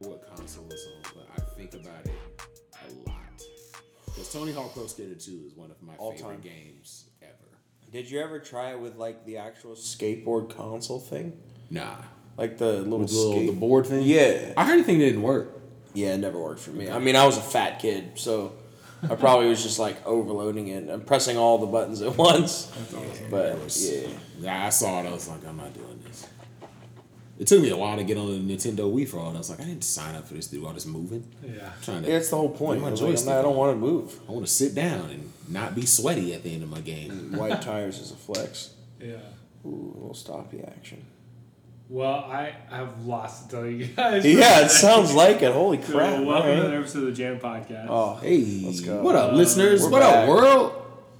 so and so, but I think about it a lot. Because Tony Hawk Pro Skater 2 is one of my All favorite time. games ever. Did you ever try it with like the actual skateboard console thing, Nah. like the little The little- skate- the board thing? Yeah, I heard the thing didn't work. yeah, it never worked for me. I mean, I was a fat kid, so I probably was just like overloading it and pressing all the buttons at once. But yeah, Yeah, I saw it. I was like, I'm not doing this. It took me a while to get on the Nintendo Wii for all. And I was like, I didn't sign up for this. Do all this moving? Yeah. I'm trying to. yeah, that's the whole point. My I, was like, I'm joystick. not, I don't want to move. I want to sit down and not be sweaty at the end of my game. White tires is a flex. Yeah. Ooh, a little stoppy action. Well, I have lots to tell you guys. Yeah, it sounds like it. Holy So, crap! welcome to all another right. episode of the Jam Podcast. Oh, Hey, Let's go. what up, Uh, listeners? we're What up, back. world?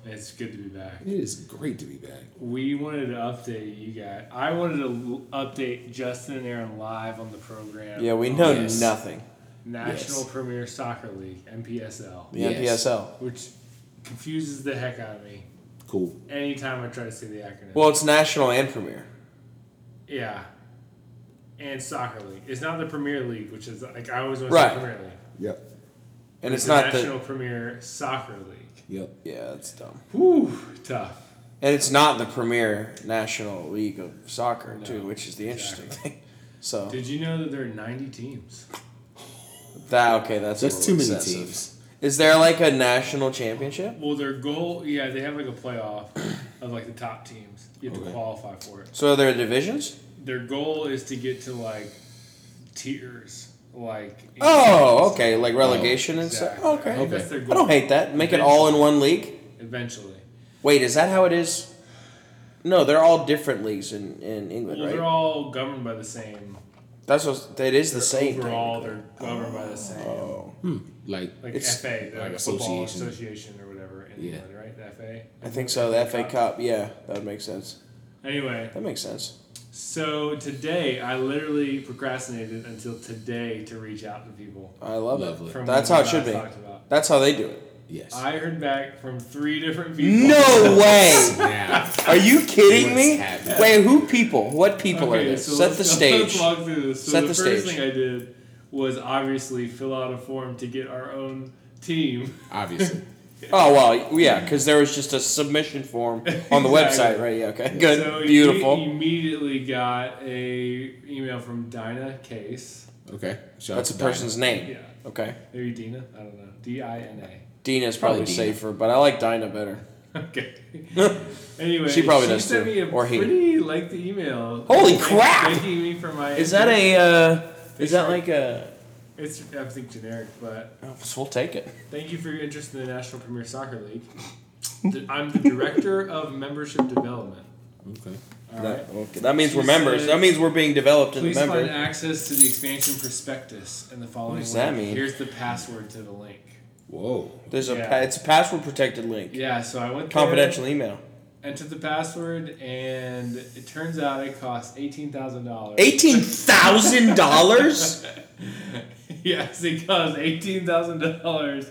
It's good to be back. It is great to be back. We wanted to update you guys. I wanted to l- update Justin and Aaron live on the program. yeah, we know Yes. nothing. National Yes. Premier Soccer League (NPSL), The Yes. NPSL. which confuses the heck out of me Cool. anytime I try to say the acronym. Well, it's national and premier. yeah, and soccer league. It's not the Premier League, which is like I always want to Right. say Premier League. Yep. And it's not National the Premier Soccer League. Yep. yeah, it's dumb. Whew, tough. And it's not the premier national league of soccer too, No, which is the interesting exactly. thing. So Did you know that there are 90 teams? that okay, that's a That's too little many excessive. teams. Is there like a national championship? Well, their goal, yeah, they have like a playoff of like the top teams. You have Okay. to qualify for it. So are there divisions? Their goal is to get to like tiers, like. Oh, okay, like relegation and exactly. stuff. Okay, I think that's their I goal. don't hate that. Make it all in one league. Eventually, Wait, is that how it is? No, they're all different leagues in, in England, well, they're right? all governed by the same. That's what that is the they're same. Overall, thing. they're governed by the same. Oh, Like, Like It's- FA, the like football association. association. or whatever in Yeah. England, right? The FA. I think so. The FA Cup. Yeah, that would make sense. Anyway, That makes sense. so today I literally procrastinated until today to reach out to people. I love Lovely. it. From That's what how you it should guys be. talked about. That's how they do it. yes. I heard back from three different people. No way! Now, Are you kidding me? What's happening? Wait, who people? What people are this? Set let's- the stage. Let's walk through this. So Set the, the first stage. thing I did was obviously fill out a form to get our own team. obviously. Oh well, yeah, because there was just a submission form on the website, Exactly. right? Yeah, okay, good, So we beautiful. immediately got a email from Dinah Case. Okay. Shout out That's a to Diamond. person's name. Yeah, Okay, maybe Dina. I don't know. D I N Dina's Probably probably, Dina. safer, but I like Dina better. A. Okay. Anyway, She probably does sent too, me a or he. pretty lengthy email. Holy thank- crap! Thanking me for my. Is that a? Uh, is that Facebook. like a? It's I think generic, but Oh, we'll take it. Thank you for your interest in the National Premier Soccer League. Th- I'm the director of membership development. Okay. All right. That, okay. that means She we're members. said- That means we're being developed in Please the member. find access to the expansion prospectus in the following. does that link. mean? Here's the password to the link. Whoa. There's a Yeah. pa- it's a password protected link. Yeah, so I went there, Confidential email. entered the password, and it turns out it costs eighteen thousand dollars. Eighteen thousand dollars. yes, it costs eighteen thousand dollars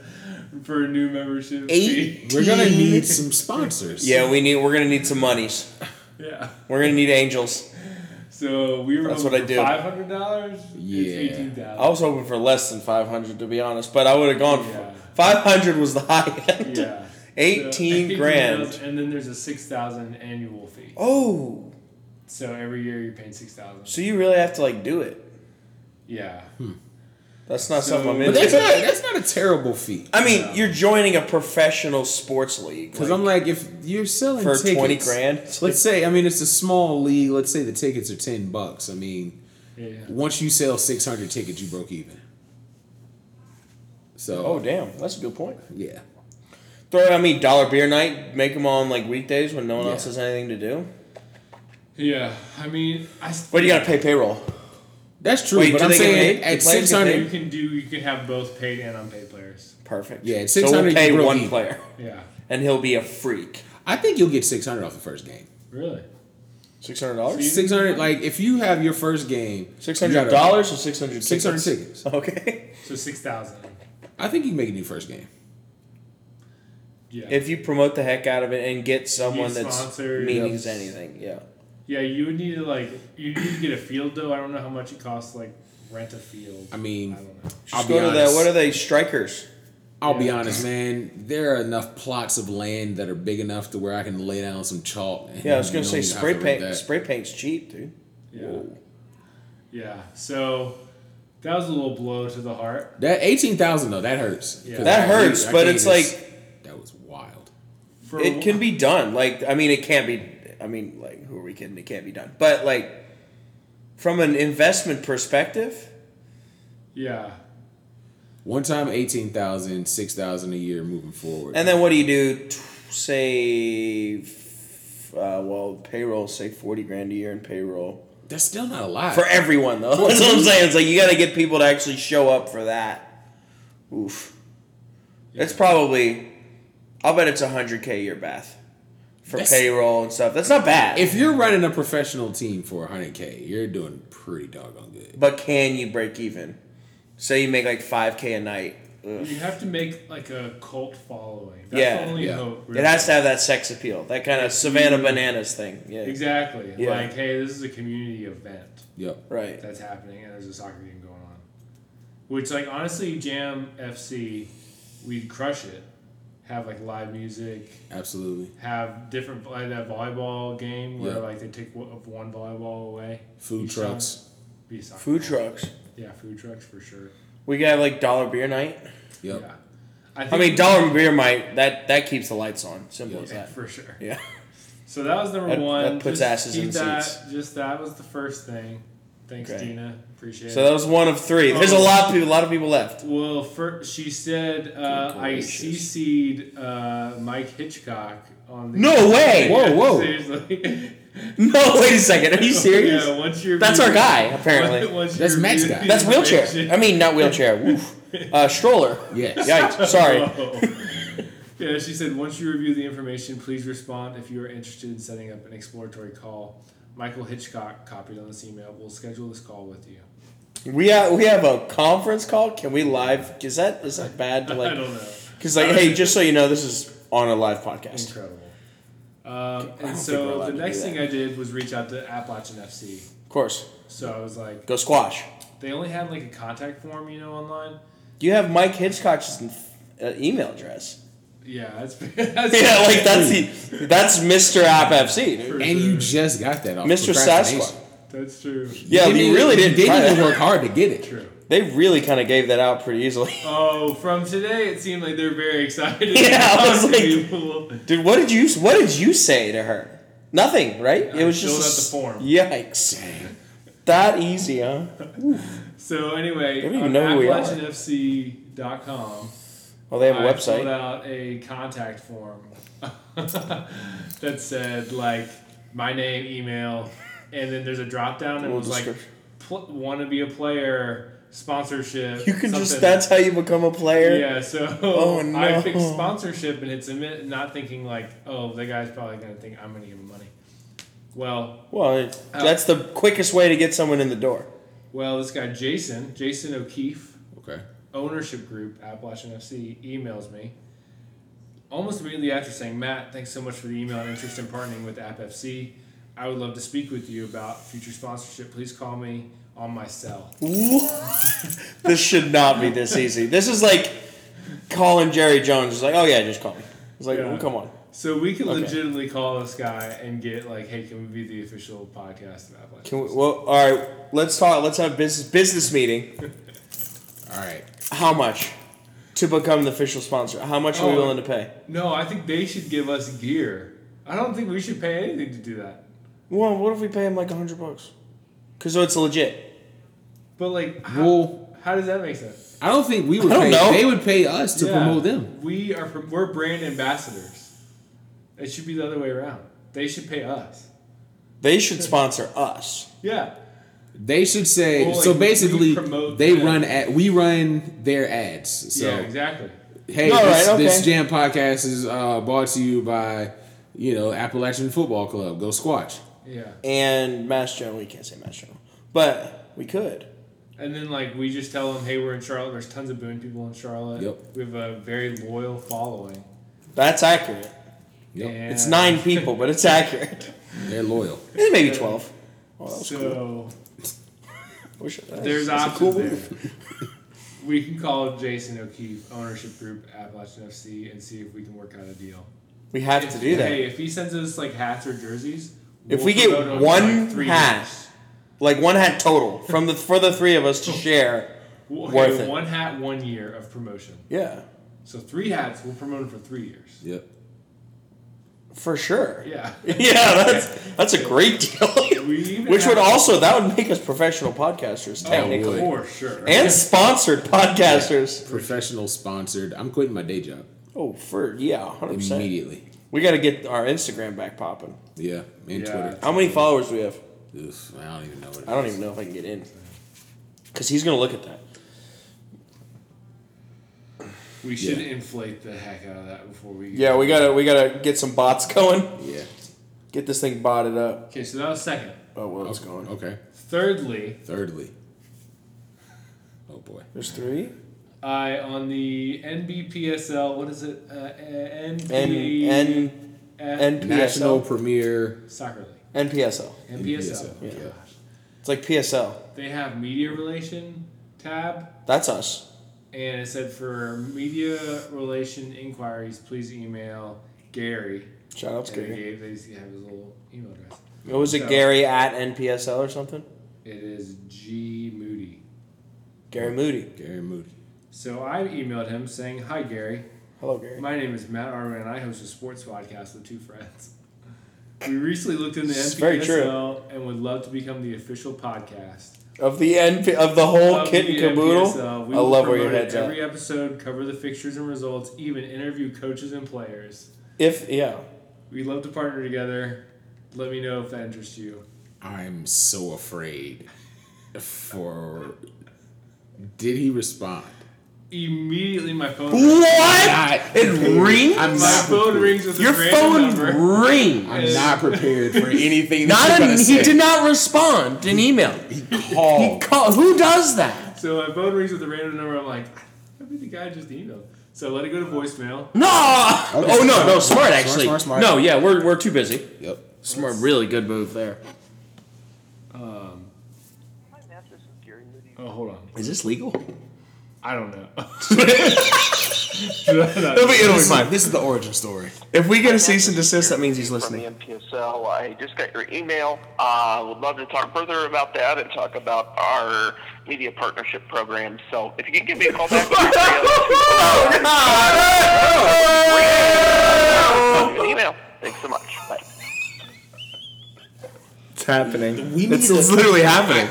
for a new membership. fee. Eight. We're gonna need some sponsors. Yeah, we need. We're gonna need some monies. Yeah. We're gonna need angels. So we were That's what hoping I for do. five hundred dollars. Yeah. It's eighteen thousand. I was hoping for less than five hundred to be honest, but I would have gone. Yeah. Five hundred was the high end. Yeah. Eighteen So, grand. And then there's a six thousand annual fee. Oh, So every year you're paying six thousand. so you really have to like do it. Yeah. That's not So- something I'm But into. that's not that's not a terrible feat. I mean, you're joining a professional sports league. Because like, I'm like, if you're selling for tickets, 20 grand? let's say, I mean, it's a small league. Let's say the tickets are ten bucks. I mean, Yeah. once you sell six hundred tickets, you broke even. So, oh damn, that's a good point. yeah, Throw it on me dollar beer night. Make them on like weekdays when no one Yeah. else has anything to do. Yeah. I mean, I. s- But you gotta pay payroll. that's true. Wait, but do I'm they get saying paid? at The players get six You hundred, can do. You can have both paid and unpaid players. Perfect. Yeah, it's so 600 we'll pay you one broke even. player, Yeah. and he'll be a freak. I think you'll get six hundred off the first game. Really. Six hundred dollars. Six hundred, like if you have your first game, Six hundred dollars or six hundred. six hundred tickets. Okay. So six thousand. I think you can make it your first game. Yeah. If you promote the heck out of it and get someone You that's sponsor- meanings Yep. anything, yeah. yeah, you would need to like. You need to get a field though. I don't know how much it costs. Like rent a field. I mean, I don't know. I'll Just be go to honest. that. What are they? Strikers. I'll be Yeah. honest, man. There are enough plots of land that are big enough to where I can lay down some chalk. and Yeah, I was gonna you say don't even have spray to read paint. that. Spray paint's cheap, dude. Yeah. Yeah. So that was a little blow to the heart. That eighteen thousand though, that hurts. Yeah. 'Cause That I hurts, can't- I but can't it's just- like- that was wild. For It can be done. Like I mean, it can't be. I mean, like who are we kidding? It can't be done. But like from an investment perspective, Yeah. One time 18,000, 6,000 a year moving forward. and then what do you do? T- say, f- uh, well, payroll. Say forty grand a year in payroll that's still not a lot. for everyone, though. That's what I'm saying. It's like you got to get people to actually show up for that. Oof. That's probably. I'll bet it's hundred k a year, Bath, for That's- payroll and stuff. That's not bad. if you're running a professional team for 100K, you're doing pretty doggone good. But can you break even? Say you make like five k a night. Ugh. You have to make like a cult following. That's Yeah. the only Yeah. hope. It has to have that sex appeal, that kind of Savannah Bananas thing. Yeah, Exactly. Yeah. Like, hey, this is a community event Yep. right. that's happening, and there's a soccer game going on. Which, like, honestly, Jam FC, we'd crush it. Have like live music. Absolutely. Have different like that volleyball game where Yeah. like they take one one volleyball away. Food Each trucks. time. Be soccer. Food trucks. Yeah, food trucks for sure. We got like dollar beer night. Yep. Yeah. I, I think mean, dollar beer night. That that keeps the lights on. Simple as Yeah, that. for sure. Yeah. So that was number That- one. that puts Just asses in keep that, seats. Just that was the first thing. Thanks, Okay. Gina. Appreciate So it. that was one of three. There's a Oh. lot of people. A lot of people left. Well, fir- she said uh, Good I gracious. CC'd uh, Mike Hitchcock on the. No way! Whoa, whoa. Seriously. No, wait a second. Are you serious? Yeah, once you're That's our guy, apparently. Once That's you Matt's read guy. the That's wheelchair. I information- mean, not wheelchair. Woof. Uh, stroller. Yes. Yikes. Sorry. Whoa. yeah, she said, once you review the information, please respond if you are interested in setting up an exploratory call. Michael Hitchcock copied on this email. We'll schedule this call with you. We have we have a conference call. Can we live? Is that is that bad to I like? don't know. Because like, hey, just so you know, this is on a live podcast. Incredible. Um, think and we're allowed so to the do next that. thing I did was reach out to Appalachian FC. Of course, So I was like, go squash. they only had like a contact form, you know, online. You have Mike Hitchcock's uh, email address. Yeah, that's, that's Yeah, like that's the that's Mr. App FC. dude. And you just got that off Mr. procrastination. Sasquatch. That's true. Yeah, Didn't we even- really did. Didn't try even that. work hard to get it. True. They really kind of gave that out pretty easily. Oh, from today, it seemed like they're very excited. Yeah, I was like- People. Dude, what did you what did you say to her? Nothing, right? I it was filled just out the form. Yikes! That easy, huh? So They anyway, don't even on know who we are. AppalachianFC.com, Well, they have a I filled website. out a contact form that said like my name, email, and then there's a drop down and it Little was like description. pl- want to be a player, sponsorship. You can just something. that's how you become a player. Yeah, so Oh, I no. picked sponsorship and hit submit, not thinking like, oh, the guy's probably gonna think I'm gonna give him money. Well, Well, it- Uh, that's the quickest way to get someone in the door. well, this guy Jason, Jason O'Keefe, Okay. ownership group Appalachian FC emails me almost immediately after saying, Matt, thanks so much for the email and interest in partnering with AppFC. I would love to speak with you about future sponsorship. Please call me on my cell. this should not be this easy. This is like calling Jerry Jones. It's like, oh yeah, just call me. It's like, Yeah. well, come on. So we can Okay. legitimately call this guy and get like, hey, can we be the official podcast of Appalachian? Can we, well, all right. Let's talk. Let's have business business meeting. All right. How much to become the official sponsor? How much are we Oh. willing to pay? No, I think they should give us gear. I don't think we should pay anything to do that. Well, what if we pay him like a hundred bucks? Cause it's legit. But like, how, Well- how does that make sense? I don't think we would I don't pay. know. They would pay us to Yeah, promote them. We are prom- we're brand ambassadors. It should be the other way around. They should pay us. They should sponsor us. Yeah, They should say Well, like, so. we Basically, promote they them. run at we run their ads. So yeah, exactly. hey, All this, right, this okay. Jam podcast is uh, brought to you by you know Appalachian Football Club. Go Squatch. Yeah, And Mass General, we can't say Mass General, but we could. and then like we just tell them, hey, we're in Charlotte. There's tons of Boone people in Charlotte. Yep. We have a very loyal following. That's accurate. Yep, It's And nine people, but it's accurate. they're loyal. Eh, Maybe twelve. Well, that was So cool. Wish it was. There's It's a options cool there. move. We can call Jason O'Keefe, ownership group, Appalachian FC, and see if we can work out a deal. We have to If- do that. Hey, if he sends us like hats or jerseys, If we'll we get promote him for, one hat- years. Like one hat total from the for the three of us to share. Well, okay, Worth it. one hat, one year of promotion. Yeah. So three hats, we'll promote him for three years. Yep. For sure. Yeah. Yeah, that's that's a great deal. We even Which would have- Oh, also that would make us professional podcasters it technically. would. for sure. And sponsored podcasters. Professional sponsored. I'm quitting my day job Oh, for yeah, hundred percent. immediately. We got to get our Instagram back popping. Yeah, and Yeah. Twitter. How many followers do we have? Oof, I don't even know what. It I don't is. even know if I can get in. Cause he's gonna look at that. we should Yeah. inflate the heck out of that before we. Yeah, we gotta we gotta get some bots going. Yeah. Get this thing botted up. Okay, so that was second. Oh well, it's Okay, going. Okay. Thirdly, Thirdly. Oh boy. There's three. I on the NBPSL. What is it? Uh, N NB, N National NPSL. Premier Soccer League. NPSL. NPSL. Yeah. It's like PSL. They have media relation tab, That's us. and it said for media relation inquiries, please email Gary. Shout out to and they Gary. gave they just have his little email address. What was it? So- Gary at NPSL or something? It is G Moody. Gary Moody. Gary Moody. So I emailed him saying, "Hi Gary, Hello, Gary. my name is Matt Arwin, and I host a sports podcast with two friends. We recently looked into It's very true. NPSL and would love to become the official podcast Of the NP of the whole of kit and the caboodle. NPSL. We I will love where your promote it head's at. Every episode, cover the fixtures and results, even interview coaches and players. If yeah, We'd love to partner together. Let me know if that interests you. I'm so afraid. For did he respond? Immediately, my phone. rings. what? It rings. I'm My not phone prepared. rings with Your a random number. phone rings. I'm not prepared for anything. Not that an, you he did not respond to an email. He called. called. Who does that? So my phone rings with a random number. I'm like, I think the guy just emailed. So I let it go to voicemail. No. Okay. Oh no, no, smart Smart, actually. smart, smart. No, yeah, we're, we're too busy. Yep. Smart, really good move there. Um, Hi, Matt. This is Gary Moody. oh, hold on. Is this legal? I don't know. It'll be, it'll be fine. This is the origin story. If we get a cease and Matt, this is desist, that Gary means he's Moody listening. From the MPSL, I just got your email. Uh, would love to talk further about that and talk about our media partnership program. So if you can give me a call back, Oh, I'll email. Thanks so much. Bye. It's happening. We need It's, it's a- literally happening.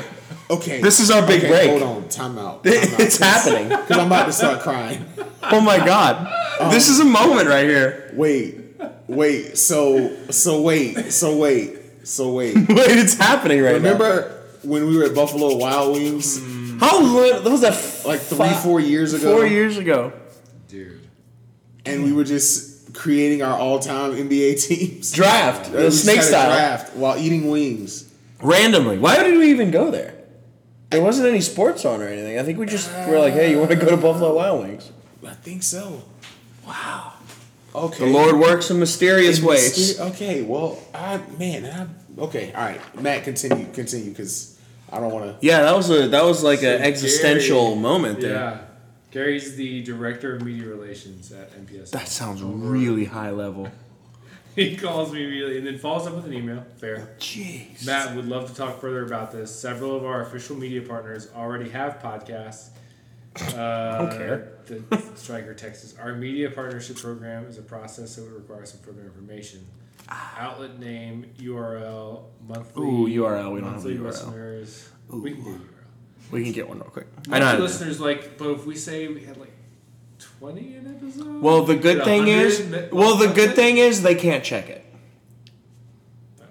Okay. This is our big okay, break. Hold on. Time out. Time out. It's happening. Because I'm about to start crying. Oh my god. This is a moment right here. Wait. Wait. So. So wait. So wait. So wait. Wait, it's happening right now. Remember when we were at Buffalo Wild Wings How lo- that was that f- like three, Fi- four years ago? four years ago? Dude. And we were just creating our all-time NBA teams. Draft. We The just snake had a style. Draft while eating wings. Randomly. Why did we even go there? There wasn't any sports on or anything. I think we just were like, hey, you want to go to Buffalo Wild Wings? I think so. Wow. Okay. The Lord works in mysterious In ways. myster- Okay. Well, I man, I okay. All right, Matt, continue, continue, because I don't want to. Yeah, that was a that was like an Gary- existential moment there. Yeah. Gary's the director of media relations at NPSL. That sounds really high level. he calls me immediately and then follows up with an email. Fair. Jeez. Matt would love to talk further about this. Several of our official media partners already have podcasts. Uh, care. The Striker Texas. Our media partnership program is a process, so it requires some further information. Outlet name, URL, monthly. Ah. Ooh, URL, we don't have monthly a URL. listeners. We can do URL. We can get one real quick. I know. how Monthly to do it. listeners, like, but if we say we had like twenty an episode. Well, the good Did thing 100 is, mi- well, the good something? Oh. thing is they can't check it. No.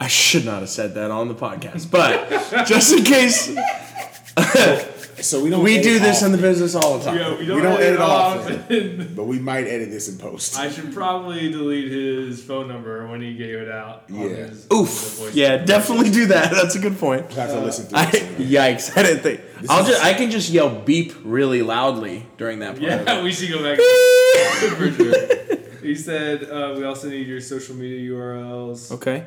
I should not have said that on the podcast, but just in case, So we don't. we edit do this off, in the business all the time. Yeah, we don't, We don't edit edit off. off. but we might edit this in post. I should probably delete his phone number when he gave it out. on Yeah. his- the Oof. voice- Yeah, definitely do that. That's a good point. have to listen through I, this one. yikes! I didn't think. I'll is- just. I can just yell beep really loudly during that part. Yeah, we should go back. For sure. He said, uh, we also need your social media URLs Okay.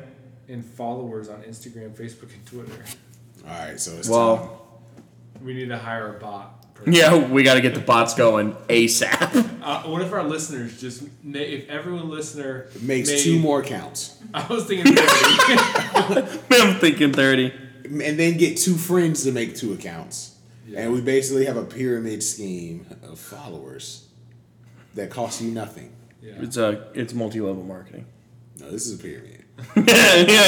and followers on Instagram, Facebook, and Twitter. All right, so it's time. Well, We need to hire a bot. person. yeah, we got to get the bots going ASAP. Uh, what if our listeners just ma- if everyone listener Makes made- two more counts, I was thinking. 30. I'm thinking 30. and then get two friends to make two accounts, and we basically have a pyramid scheme of followers that costs you nothing. yeah. It's a it's multi-level marketing. No, this is a pyramid. yeah,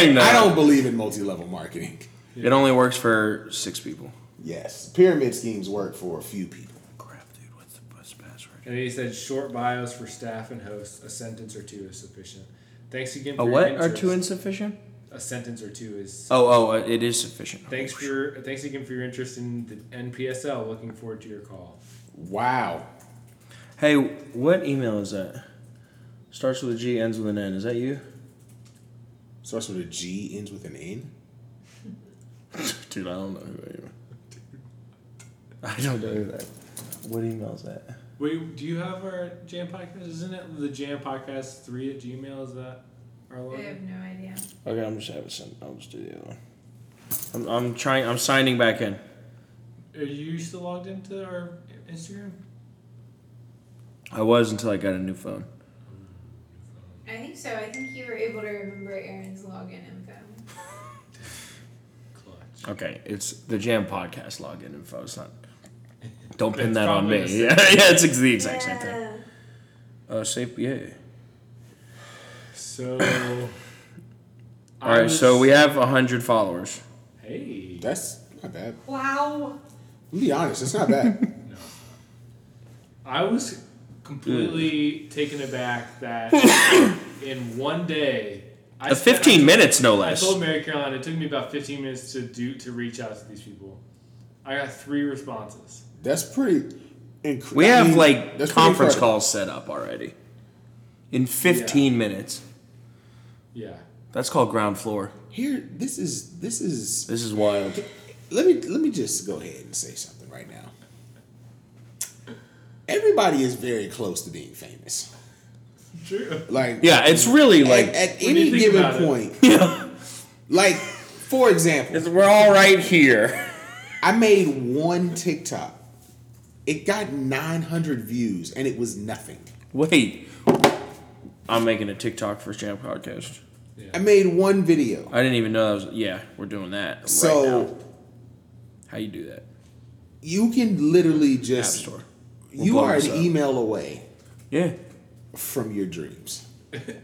I know. I don't believe in multi-level marketing. It only works for six people. Yes, pyramid schemes work for a few people. Crap, dude, what's the best password? And he said short bios for staff and hosts. A sentence or two is sufficient. Thanks again. For A your what? Are interest. two insufficient? a sentence or two is. Oh, oh, it is sufficient. Thanks for your, thanks again for your interest in the NPSL. Looking forward to your call. Wow. Hey, what email is that? Starts with a G, ends with an N. Is that you? Starts with a G, ends with an N. Dude, I don't know who I am. I don't know who that. What email is that? Wait, do you have our Jam podcast? Isn't it the Jam Podcast three at Gmail? Is that our I logo? have no idea. Okay, I'm just having some. I'll just do the other one. I'm, I'm trying. I'm signing back in. Are you still logged into our Instagram? I was until I got a new phone. I think so. I think you were able to remember Aaron's login info. Clutch. Okay, it's the Jam Podcast login info. It's not. Don't pin It's that on probably me. the Yeah, same yeah, it's ex- the exact same thing. Yeah. Uh, safe, yeah. So. All right, so we have hundred followers. Hey. That's not bad. Wow. I'll be honest, it's not bad. No. I was completely taken aback that in one day. I Uh, spent- Fifteen minutes, no I less. told Mary Caroline it took me about 15 minutes to do to reach out to these people. I got three responses. That's pretty. Inc- We I have mean, like that's pretty conference incredible. calls set up already. In fifteen minutes. Yeah. That's called ground floor. Here, this is this is. This is wild. Let me let me just go ahead and say something right now. Everybody is very close to being famous. True. Like Yeah, it's really like at, like at When you any think given about it. point. Like for example, It's- we're all right here. I made one TikTok. It got 900 views and it was nothing. Wait, I'm making a TikTok for Jam Podcast. I made one video. I didn't even know that was. Yeah, we're doing that. so right now. how you do that? you can literally App just Store. you blow are this an up. email away Yeah, from your dreams.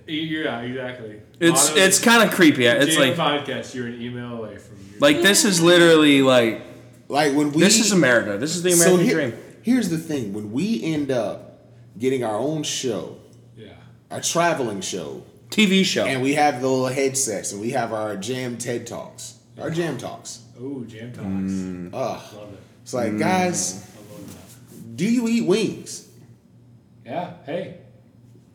E, Yeah, exactly. it's Motto- it's kind of creepy. It's Jam like podcast. You're an email away from your like this is literally like Like when we this is America. This is the so American here- dream. Here's the thing, when we end up getting our own show, yeah. a traveling show, TV show. and we have the little headsets and we have our jam TED talks. Our jam talks. Oh, jam talks. Mm. Ugh. Love it. It's like, guys, I love do you eat wings? that. Yeah. Hey.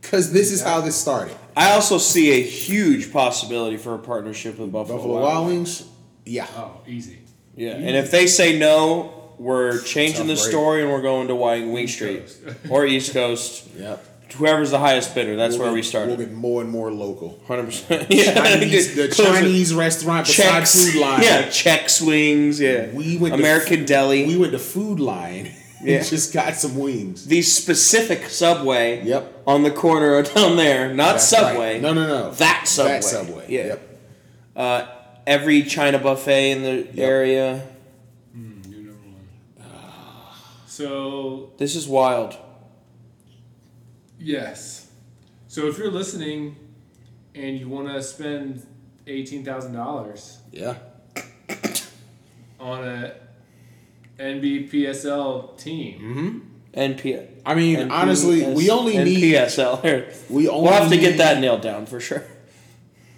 Cause this is how this started. I also see a huge possibility for a partnership with Buffalo, Buffalo Wild Wings, yeah. Oh, easy. Yeah, and if they say no, we're Sounds changing the great. story and we're going to Wing Wing Street or East Coast. Yep. Whoever's the highest bidder, that's We'll where get- we started. We'll get more and more local. Hundred percent. Yeah, Chinese, the Close it. Chinese restaurant beside Czechs. Food Lion. Yeah, Czech swings. Yeah, We went to- American Deli. We went to Food Lion and Yeah. just got some wings. the specific Subway. Yep. On the corner down there, not That's Subway. right. No, no, no. That Subway. That Subway. Yeah. Yep. Uh, every China buffet in the area. New number one. Ah. So This is wild. Yes. So if you're listening and you want to spend $18,000 Yeah. on a NBPSL team, Mm-hmm. NP. I mean, honestly, we only need PSL. we only We'll have to get need that nailed down for sure.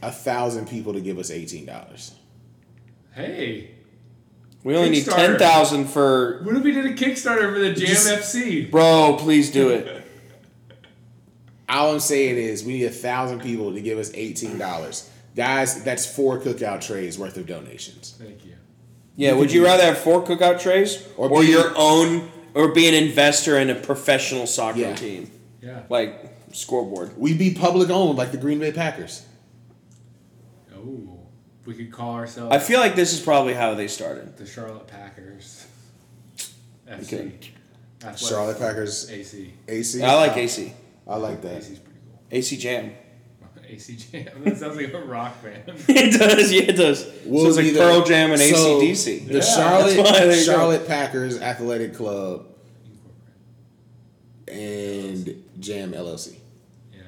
a thousand people to give us eighteen dollars. hey, We only need Kickstarter. ten thousand for. what if we did a Kickstarter for the Jam Just- FC? Bro, please do it. All I'm saying is we need a thousand people to give us eighteen dollars. Guys, that's four cookout trays worth of donations. Thank you. Yeah, would you rather have four cookout trays Or or, be- your own, or be an investor in a professional soccer Yeah. team? Yeah. Like scoreboard. We'd be public owned like the Green Bay Packers. Oh. we could call ourselves I feel like this is probably how they started. the Charlotte Packers. FC. Okay. Athletic Charlotte Packers AC. AC. I like AC. I like that. AC's pretty cool. AC Jam. AC Jam. That sounds like a rock band. it does. Yeah, it does. We'll so it's be like the- Pearl Jam and so, ACDC. The That's why there Charlotte you go. Charlotte Packers Athletic Club and Jam LLC. Yeah.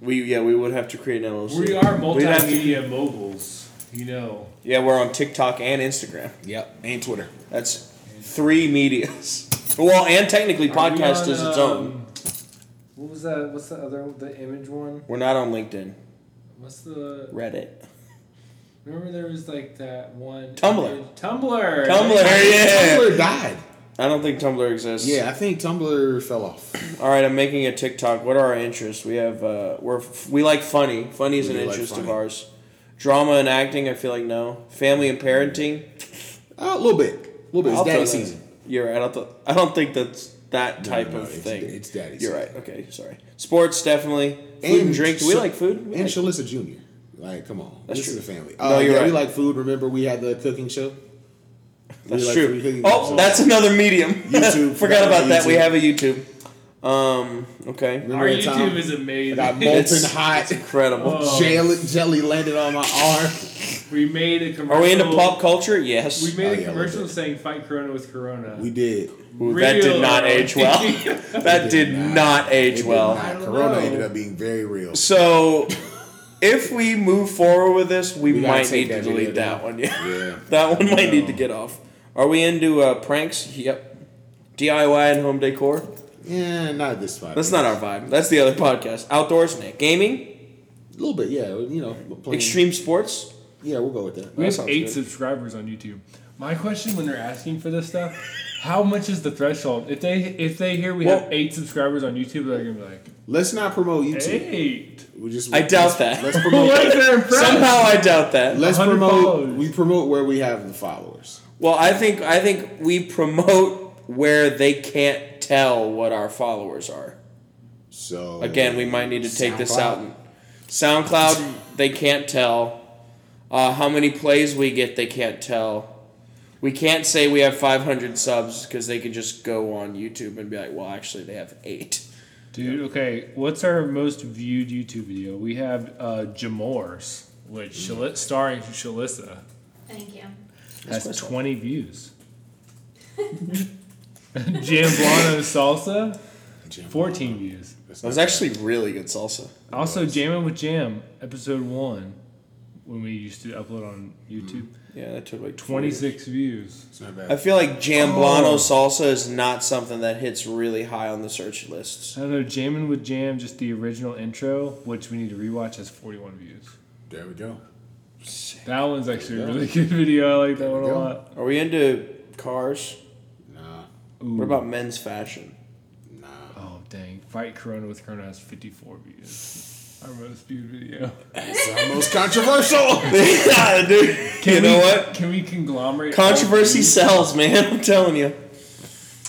We yeah we would have to create an LLC. We are We'd have to- multimedia moguls. You know. yeah, we're on TikTok and Instagram. Yep, and Twitter. That's three medias. Well, and technically, Are we podcast on, is its um, own. What was that? What's the other the image one? We're not on LinkedIn, What's the Reddit, remember there was like that one Tumblr. image- Tumblr. Tumblr. Yeah, Tumblr died. I don't think Tumblr exists. Yeah, I think Tumblr fell off. All right, I'm making a TikTok. What are our interests? We have uh, we're f- we like funny. Funny is We an do like interest of funny. ours. Drama and acting, I feel like no. Family and parenting. Uh, a little bit. A little bit. It's I'll throw daddy that in. season. You're right. I don't, th- I don't think that's that No, type no, no, of it's- thing. it's daddy You're season. right. Okay, sorry. Sports definitely. Food and, drink. Do we Sh- like food? We and like- Shalissa Jr. Like, come on. That's this true. is a family. No, Uh, you're yeah, We right. like food. Remember, we had the cooking show? We that's like food true. cooking Oh, show. that's another medium. YouTube. Forgot about that. We YouTube. have a YouTube. Um. Okay. Remember Our that YouTube time? is amazing. I got molten It's- hot. Incredible. Oh. Jelly, jelly landed on my arm. we made a commercial. Are we into pop culture? Yes. We made Oh, a yeah, a commercial little bit. saying "Fight Corona with Corona." We did. Ooh, that did not Real. age well. that did not It age did well. not. I don't Corona know. ended up being very real. So, if we move forward with this, we, We gotta might take need to that delete video down. that one. Yeah. Yeah. That one might need No. to get off. Are we into uh, pranks? Yep. DIY and home decor? Yeah, not at this spot. That's not our vibe. That's the other podcast. Outdoors, Nick. Gaming? A little bit, yeah. You know, playing. Extreme sports? Yeah, we'll go with that. We That have sounds eight good. subscribers on YouTube. My question when they're asking for this stuff, how much is the threshold? If they if they hear we Well- have eight subscribers on YouTube, they're gonna be like Let's not promote YouTube. eight. We just. I doubt let's- that. Let's promote. What if they're impressed? Somehow I doubt that. Let's 100 promote. followers. We promote where we have the followers. Well, I think I think we promote where they can't tell what our followers are. So Again, we might need to take this SoundCloud. out. SoundCloud, they can't tell. Uh, how many plays we get, they can't tell. We can't say we have 500 subs because they could just go on YouTube and be like, well, actually, they have eight. Dude, okay. What's our most viewed YouTube video? We have uh, Jamors, which Shali- starring Shalissa Thank you. has twenty views. Jamblano salsa, Jam- fourteen views. That's That not was actually really good salsa. Also, Jamming with Jam, episode one, when we used to upload on YouTube, Mm-hmm. Yeah, that took like 20. 26 views. bad. It's not I bad. feel like Jamblano Oh. salsa is not something that hits really high on the search lists. I don't know, Jamming with Jam, just the original intro, which we need to rewatch, has 41 views. There we go. That one's actually a There we really good video. I like that There we one a go. lot. Are we into cars? Nah, What about men's fashion? nah. Oh, dang. Fight Corona with Corona has 54 views. Our most viewed video. It's our most controversial. yeah, dude. Can you we, know what? Can we conglomerate? all Controversy these? sells, man. I'm telling you.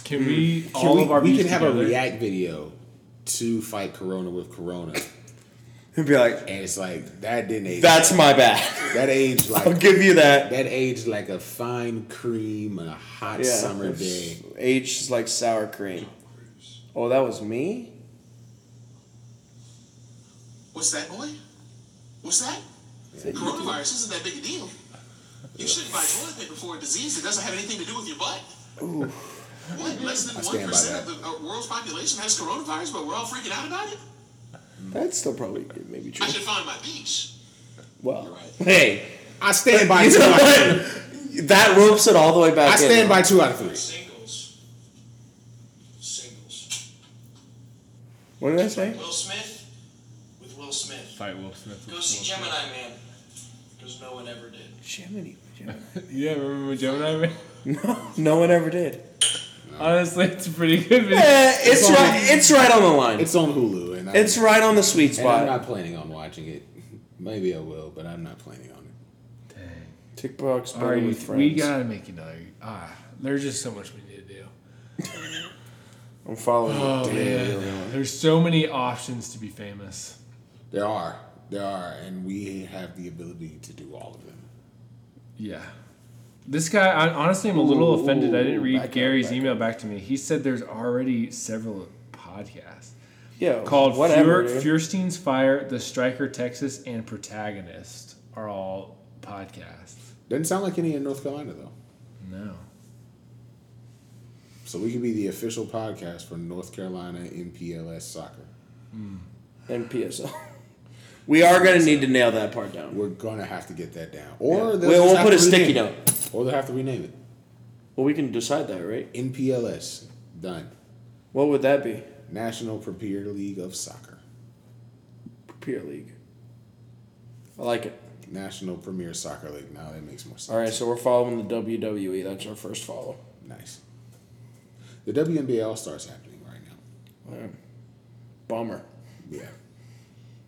Can we Mm. all Can we, of our we views can have together? a react video to fight Corona with Corona, He'd be like, and it's like that didn't age. That's my bad. that aged I'll like give you that. that aged like a fine cream on a hot Yeah. summer day. Age is like sour cream. Oh, that was me? What's that, boy? What's that? Coronavirus isn't that big a deal. You shouldn't buy toilet paper for a disease that doesn't have anything to do with your butt. What? Less I than stand one by percent of the uh, world's population has coronavirus, but we're all freaking out about it. That's still probably maybe true. I should find my beach. Well, hey, I stand by you two. know Out of three. what? That ropes it all the way back I in. stand by two out of three. Singles. Singles. What did I say? Will Smith with Will Smith. Fight Will Smith. with Gemini Man, because no one ever did. Gemini. Gemini. Will- Yeah, remember when Gemini Man? No, no one ever did. Honestly, it's a pretty good video. Eh, it's right. It's right on the line. It's on Hulu, and I, It's right on the sweet and I'm spot. not planning on watching it. Maybe I will, but I'm not planning on it. TikTok's All better right, with friends. we gotta make another. Ah, there's just so much we need to do. I'm following. Oh it. man, there's so many options to be famous. There are, there are, and we have the ability to do all of them. Yeah. This guy, I, honestly, I'm a little Ooh, offended. I didn't ooh, read back up, Gary's back email back to me. He said there's already several podcasts Yeah. called whatever. Fuhr, dude. Fierstein's Fire, The Striker Texas, and Protagonist are all podcasts. Doesn't sound like any in North Carolina though. No. So we could be the official podcast for North Carolina MPLS soccer. and PSL. We are gonna need to nail that part down. We're gonna have to get that down, or We'll, they'll just we'll have put to a sticky rename note. it. or they'll have to rename it Well, we can decide that, right? NPLS. Done. What would that be? National Premier League of Soccer. Premier League. I like it. National Premier Soccer League. Now that makes more sense. All right, so we're following the WWE. That's our first follow. Nice. The WNBA All Stars happening right now. All right. Bummer. Yeah.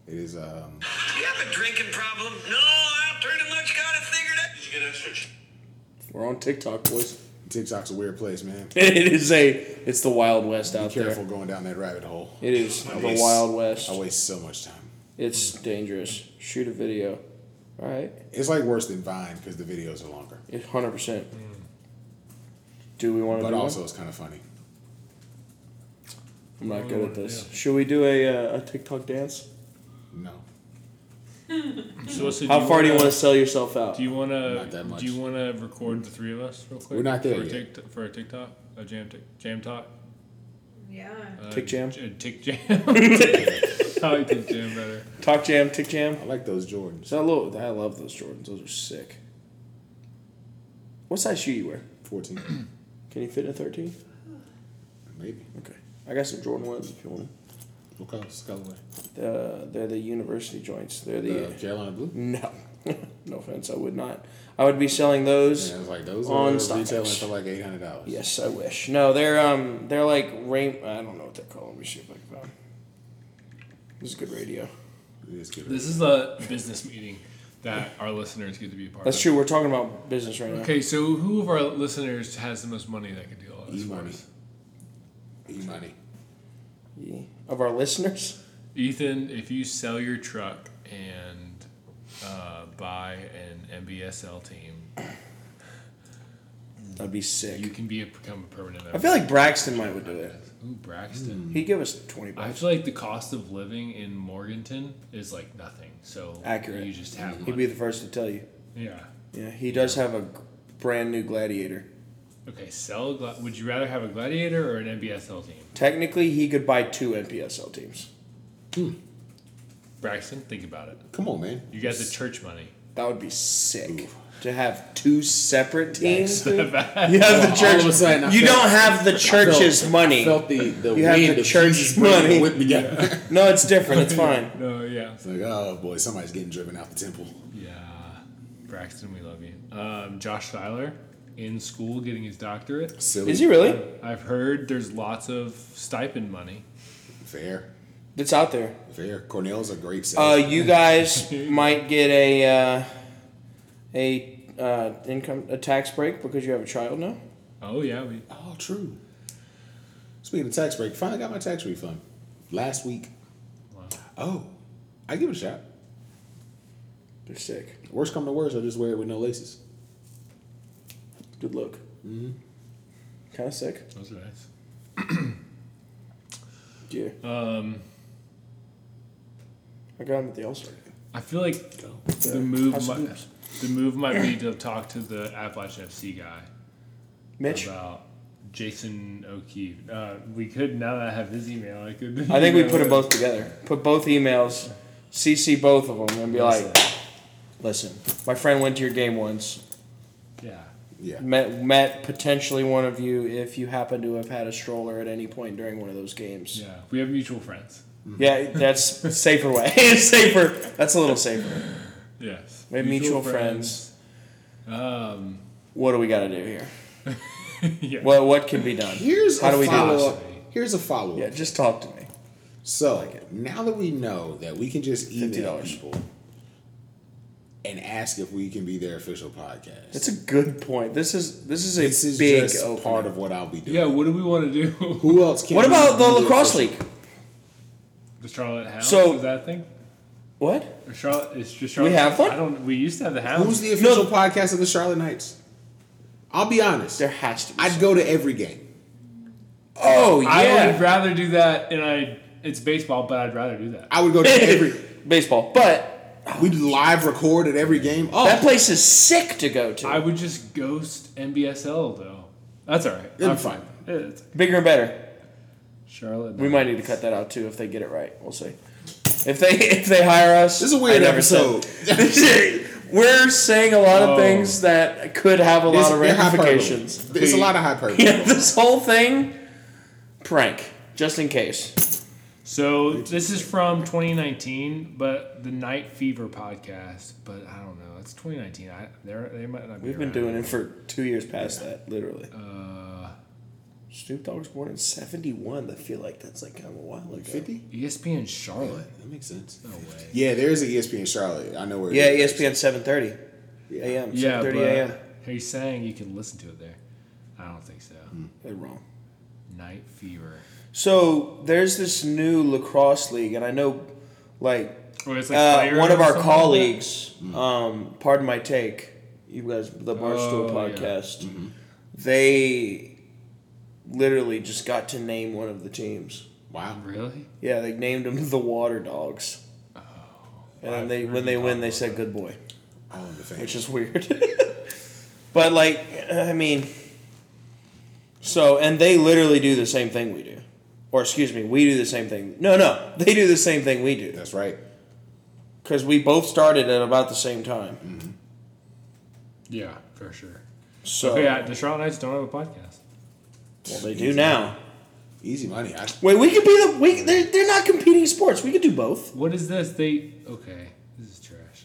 It is. Um, You have a drinking problem? No, I pretty much got it figured out. Did you get extra? We're on TikTok, boys. TikTok's a weird place, man. Be It is a. It's the Wild West out careful going down that rabbit hole. there. It is the waste- Wild West. I waste so much time. It's dangerous. Shoot a video. All right. It's like worse than Vine because the videos are longer, It's hundred percent. Do we want to? Hmm. but do one? also it's kind of funny. I'm not good at this. Yeah. Should we do a, uh, a TikTok dance? No, So, so How far do you want to wanna- sell yourself out? Do you want Not that to? much. Do you want to record the three of us real quick? We're not there for yet. A TikTok, for a TikTok, a jam, tic- jam talk, Yeah. uh, Tick jam? j- tick jam. I like tick jam better. Talk jam, tick jam. I like those Jordans. Is that a little? I love those Jordans. Those are sick. What size shoe you wear? Fourteen, Can you fit in a 13? maybe. Okay. I got some Jordan ones if you want What color? Colorway? them. Uh, they're the university joints. They're the. The Carolina Blue. No. no offense. I would not. I would be selling those. Yeah, it's like those On are retailing StockX. for like eight hundred dollars. Yes, I wish. No, they're um, they're like rain. I don't know what they're called. Let me see if I can find. 'em. This is good radio. It is good. This is a business meeting that our listeners get to be a part That's of. true. We're talking about business right now. Okay, so who of our listeners has the most money that could do all this E for money. us? E money. Yeah. Of our listeners, Ethan, if you sell your truck and uh, buy an MBSL team, that'd be sick. you can be a, become a permanent member. I feel like Braxton might would do it. Ooh, Braxton. He'd give us twenty bucks. I feel like the cost of living in Morganton is like nothing. So Accurate. You just have He'd money. be the first to tell you. yeah. Yeah, he does have a g- brand new Gladiator. Okay. Sell. A gla- would you rather have a gladiator or an NBSL team? Technically, he could buy two NPSL teams. Braxton, think about it. Come on, man. You got the church money. That would be sick to have two separate teams. dude. That's You have the All of a church. sudden, I you felt- don't have the church's money. Felt the the You have wind the of church Jesus bringing money. the whip together. No, it's different. It's fine. No. Yeah. it's like, oh boy, somebody's getting driven out the temple. Yeah. Braxton, we love you. Um, Josh Seiler in school getting his doctorate. Silly. Is he really? I've heard there's lots of stipend money. Fair. It's out there. Fair. Cornell's a great save. Uh, you guys might get a uh, a uh, income a tax break because you have a child now. Oh yeah. We, oh, true. Speaking of tax break, finally got my tax refund last week. wow. Oh, I give it a shot. They're sick. Worst come to worst, I just wear it with no laces. Good look. Mm-hmm. Kind of sick. Those are nice. Yeah. Um. I got him at the All Star. I feel like the Yeah. move House of might, Hoops. the move might be to talk to the Appalachian FC guy Mitch, about Jason O'Keefe. Uh, we could now that I have his email. I could. I think we put them both together. Put both emails, CC both of them, and be like, "Listen, my friend went to your game once. Yeah. Yeah. met met potentially one of you if you happen to have had a stroller at any point during one of those games. Yeah. We have mutual friends. Yeah, that's safer way. safer. That's a little safer. Yes. We have mutual friends. Um. What do we got to do here? Yeah. What what can be done? Here's How a do we do follow this? up. Here's a follow up. Yeah, just talk to me. So now that we know that we can just email $50. people and ask if we can be their official podcast, That's a good point. This is this is a this is big just opener. part of what I'll be doing. Yeah. What do we want to do? Who else can? What we about the be their lacrosse official- league? the Charlotte Hounds. So- is that a thing? What? Or Charlotte, it's just Charlotte. have one? I don't. We used to have the hounds. Who's the official podcast of the Charlotte Knights? I'll be honest. There has to be. I'd some- go to every game. oh I yeah. would rather do that, and I. It's baseball, but I'd rather do that. I would go to every. baseball, but We'd live record at every game. Oh, that place is sick to go to. I would just ghost NBSL though. That's all right. It'd be I'm fine. It's Bigger and better. Charlotte. We might need to cut that out too if they get it right. We'll see. If they if they hire us, this is a I weird never said- episode. We're saying a lot Oh. of things that could have a lot of they're hyperbole. ramifications. It's a lot of hyperbole. Yeah, this whole thing, prank, just in case. So this is from 2019, but the Night Fever podcast. But I don't know. It's 2019. I they're, they might not be. We've been around. doing it for two years past that, literally. Uh, Snoop Dogg was born in '71. I feel like that's like kind of a while ago. Fifty. ESPN Charlotte. That makes sense. No way. Yeah, there is E an ESPN Charlotte. I know where. it Yeah, E is. ESPN 7:30 a.m. 7:30 Yeah, but a.m. he's saying you can listen to it there. I don't think so. They're wrong. Night Fever. So there's this new lacrosse league, and I know, like, Or Oh, it's uh, player one of or our something like colleagues, um, pardon my take, you guys, the Barstool Oh, yeah. podcast, they literally just got to name one of the teams. Wow. that? Really? Yeah, they named them the Water Dogs. Oh, And then they, when they win, they said "Good boy," All in the family. which is weird. but like, I mean, so and they literally do the same thing we do, or excuse me, we do the same thing. No, no, they do the same thing we do That's right. because we both started at about the same time. Yeah, for sure. So Okay, yeah, the Charlotte Knights don't have a podcast. Well, they do now. Easy money. I, Wait, we could be the we. They're, they're not competing sports. We could do both. What is this? They okay. This is trash.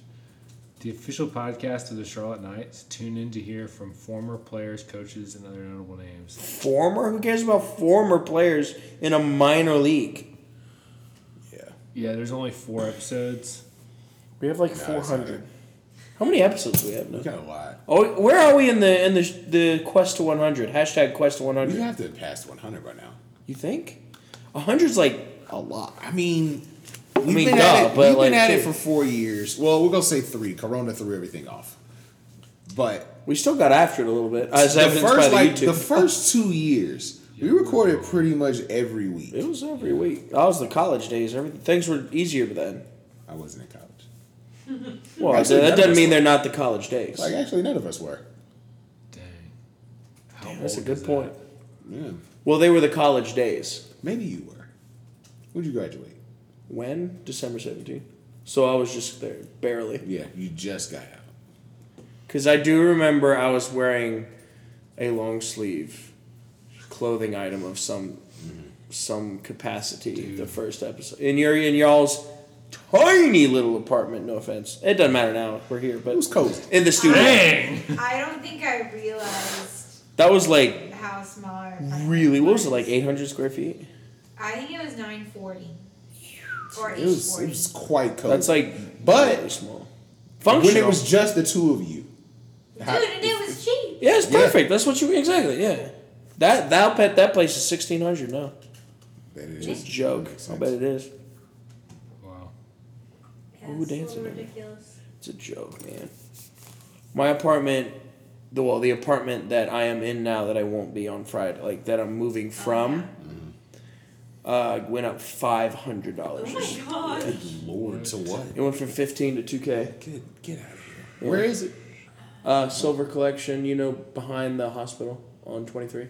The official podcast of the Charlotte Knights. Tune in to hear from former players, coaches, and other notable names. Former? Who cares about former players in a minor league? yeah. Yeah, there's only four episodes. We have like No, four it's not hundred. How many episodes do we have We now? got a lot. Oh, where are we in the in the the quest to one hundred? Hashtag quest to one We hundred. have to pass one hundred by now. You think? A hundred's like a lot. I mean, we've mean, been duh, at it, but, we've like, been at it shit. for four years. Well, we're gonna say three. Corona threw everything off, but We still got after it a little bit, as the evidenced by first the like YouTube. the first two years, we recorded pretty much every week. it was every week. That was the college days. Everything things were easier then. I wasn't in college. Well, Actually, none that of doesn't us mean were. they're not the college days. Like actually, none of us were. Dang. How Damn, that's a old good is point. that? Yeah, Well, they were the college days. maybe you were. When'd you graduate? When? December 17th. So I was just there, barely. Yeah, you just got out. Because I do remember I was wearing a long sleeve clothing item of some some capacity the first episode. In your in y'all's tiny little apartment, no offense. It doesn't matter now, we're here, but It was cozy. in the studio. Dang. I don't think I realized That was like how small our apartment really what was it, like eight hundred square feet? I think it was 940. Or It was, 840. it was quite cozy. That's like Oh, But- really small. when Functional. it was just the two of you. Dude, How- and it was cheap. yeah, it's Yeah. perfect. That's what you exactly, yeah. That that pet that place is sixteen hundred now. That is- It's a joke. Makes I sense. bet it is. Wow. Yeah, Who would it's a answer little that? ridiculous. It's a joke, man. My apartment, the well, the apartment that I am in now that I won't be on Friday, like that I'm Oh, moving from, uh, went up five hundred Oh dollars. my god. Lord, to what? It went from fifteen to two k. Get, get out of here. Where is it? Uh, Silver Collection, you know, behind the hospital on twenty three,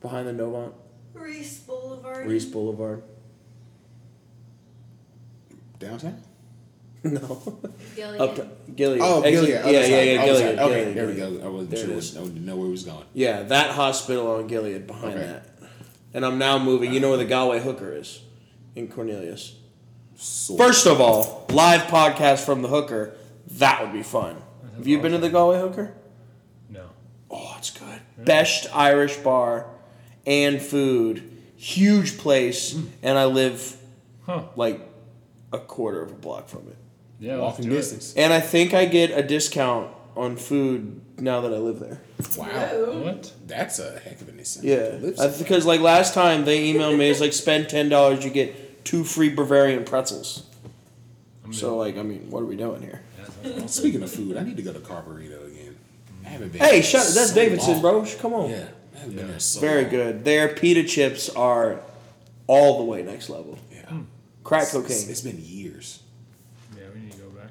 behind the Novant, Reese Boulevard. Reese Boulevard. Downtown? No, Gilligan. up to Gilead. Oh, Exit- Gilead. Yeah, other yeah, yeah, side, Gilead. other side. Okay, Gilead, there we Gilead. go. I wasn't There it sure. is. I didn't know where we was going. Yeah, that hospital on Gilead behind Okay. that. And I'm now moving. You know where the Galway Hooker is in Cornelius. Sort of. First of all, live podcast from the Hooker. That would be fun. Have you been to the Galway Hooker? No. Oh, it's good. Best Irish bar and food. Huge place, and I live Huh. like a quarter of a block from it. Yeah. let's walking do it. distance. And I think I get a discount on food now that I live there. Wow, Oh. What? that's a heck of an incentive. to Yeah, live I- because like last time they emailed me, it's like spend ten dollars, you get two free Bavarian pretzels. I'm So like, I mean, what are we doing here? Speaking of food, I need to go to Carburrito again. I haven't been. Hey, there shut so that's Davidson, long. bro. Come on. Yeah, I haven't been there so Very long. good. Their pita chips are all the way next level. Yeah, Crack It's- it's- cocaine. it's been years. Yeah, we need to go back.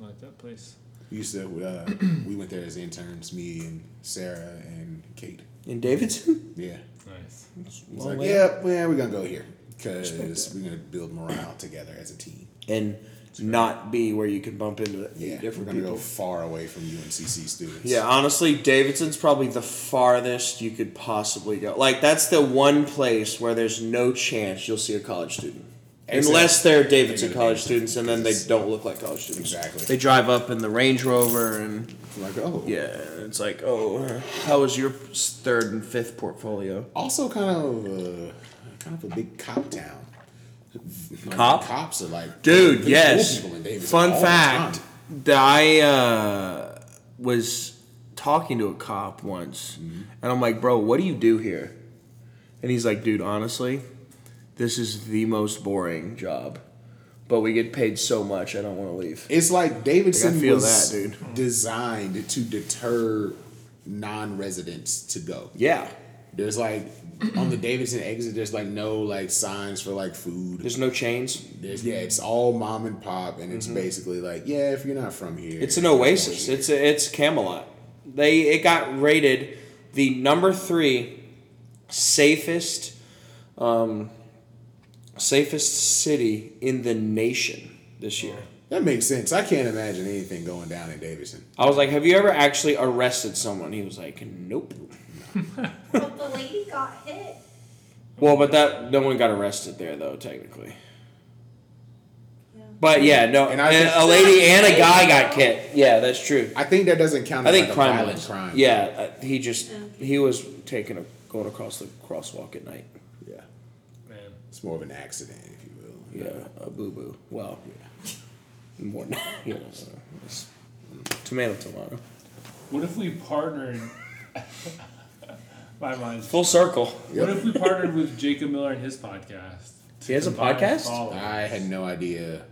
I like that place. We used to. Uh, we went there as interns, me and Sarah and Kate. In Davidson? Yeah. Nice. It's Well, like, like- yeah, well, we're gonna go here because we're gonna build morale together as a team. And not be where you can bump into Yeah, we're different gonna people. go far away from UNCC students. Yeah, honestly, Davidson's probably the farthest you could possibly go. Like, that's the one place where there's no chance you'll see a college student. Exactly. Unless they're Davidson They go to college Davidson, students and then they because it's- don't look like college students. Exactly. They drive up in the Range Rover and, like oh yeah, it's like, oh, how was your third and fifth portfolio? Also, kind of uh, kind of a big cop town. Like, Cop? cops are like pretty Dude, cool yes. people in Davidson Fun all the fact: time. that I uh, was talking to a cop once, Mm-hmm. and I'm like, "Bro, what do you do here?" And he's like, "Dude, honestly, this is the most boring job, but we get paid so much. I don't want to leave." It's like Davidson Like, I feel was that, dude. designed to deter non-residents to go. Yeah, There's like on the Davidson exit. There's like no like signs for like food. there's no chains. There's, yeah, it's all mom and pop, and it's basically like, yeah, if you're not from here, Mm-hmm. It's an oasis. It's a, it's Camelot. They it got rated the number three safest um, safest city in the nation this year. that makes sense. I can't imagine anything going down in Davidson. I was like, "Have you ever actually arrested someone?" He was like, "Nope." But the lady got hit. Well, but that no one got arrested there though, technically. But yeah, no, And and I think- a lady and a guy got hit. Yeah, that's true. I think that doesn't count. I As think like crime a violent was. crime. Yeah, uh, he just he was taking a going across the crosswalk at night. yeah, Man. it's more of an accident, if you will. Yeah, a boo boo. Well, more than you know, so it's tomato tomato. What if we partnered? My mind's. Full circle. Yep. What if we partnered with Jacob Miller and his podcast? He has a Combine the podcast? Ah, following. I had no idea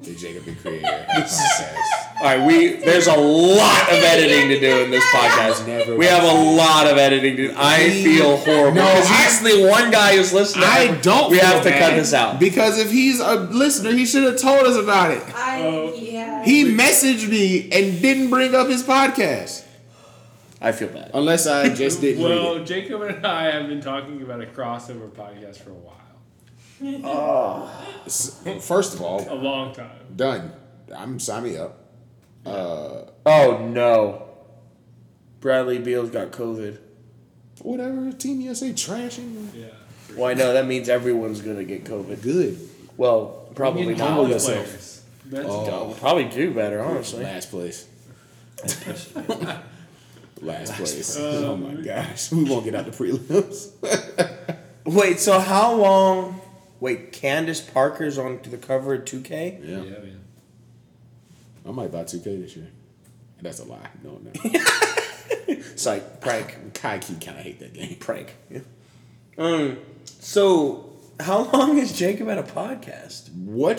that Jacob had created a podcast. All right, we there's a lot of editing to do in this podcast. Never We have a lot of editing to do. I feel horrible No, because I- he's the one guy who's listening. I don't We feel have to cut bad. this out. because if he's a listener, he should have told us about it. I Oh. yeah. He messaged me and didn't bring up his podcast, I feel bad. unless I just didn't. read it. Well, Jacob and I have been talking about a crossover podcast for a while, First of all, a long time. Done. I'm sign me up. Uh, Oh no, Bradley Beal's got COVID. whatever Team USA trashing. Yeah. Well, I know that means everyone's gonna get COVID. Good. Well, probably Indian not. college yourself. players. That's Oh. dope. We'll probably do better, honestly. Last place. Last place. place. oh my gosh, we won't get out the prelims. Wait, so how long? Wait, Candace Parker's on the cover of 2K. yeah, Yeah, man. I might buy 2K this year. That's a lie. No, no. It's like prank. Kai Key kind of hate that game. prank. Yeah. Um. So, how long has Jacob had a podcast? What?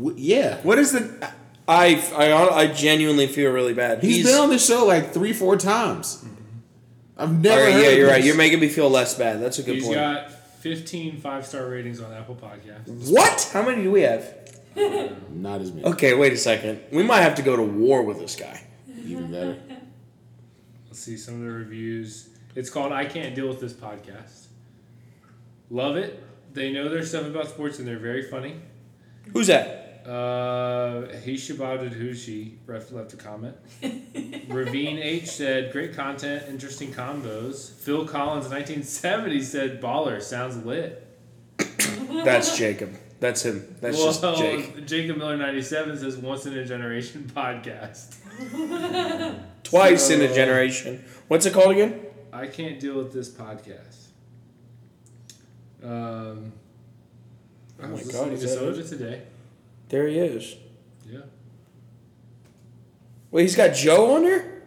wh- yeah, What is the? I I I genuinely feel really bad. he's been on the show like three, four times. I've All never. right, heard yeah, of you're right. this. You're making me feel less bad. That's a good He's point. got 15 five star ratings on Apple Podcasts. what? How many do we have? not as many. Okay, wait a second. We might have to go to war with this guy. Even better. Let's see some of the reviews. It's called I Can't Deal with This Podcast. Love it. They know their stuff about sports and they're very funny. Who's that? Uh, he Shabbat Hushi ref left a comment. Ravine H said, "Great content, interesting combos." Phil Collins, 1970, said, "Baller sounds lit." That's Jacob. That's him. That's just Well, Jake. Jacob Miller, 97, says, "Once in a generation podcast." Twice in a so- generation. What's it called again? I can't deal with this podcast. Um, I Oh my was God, listening is to that Soja today. There he is. Yeah, Wait, he's got Joe on there.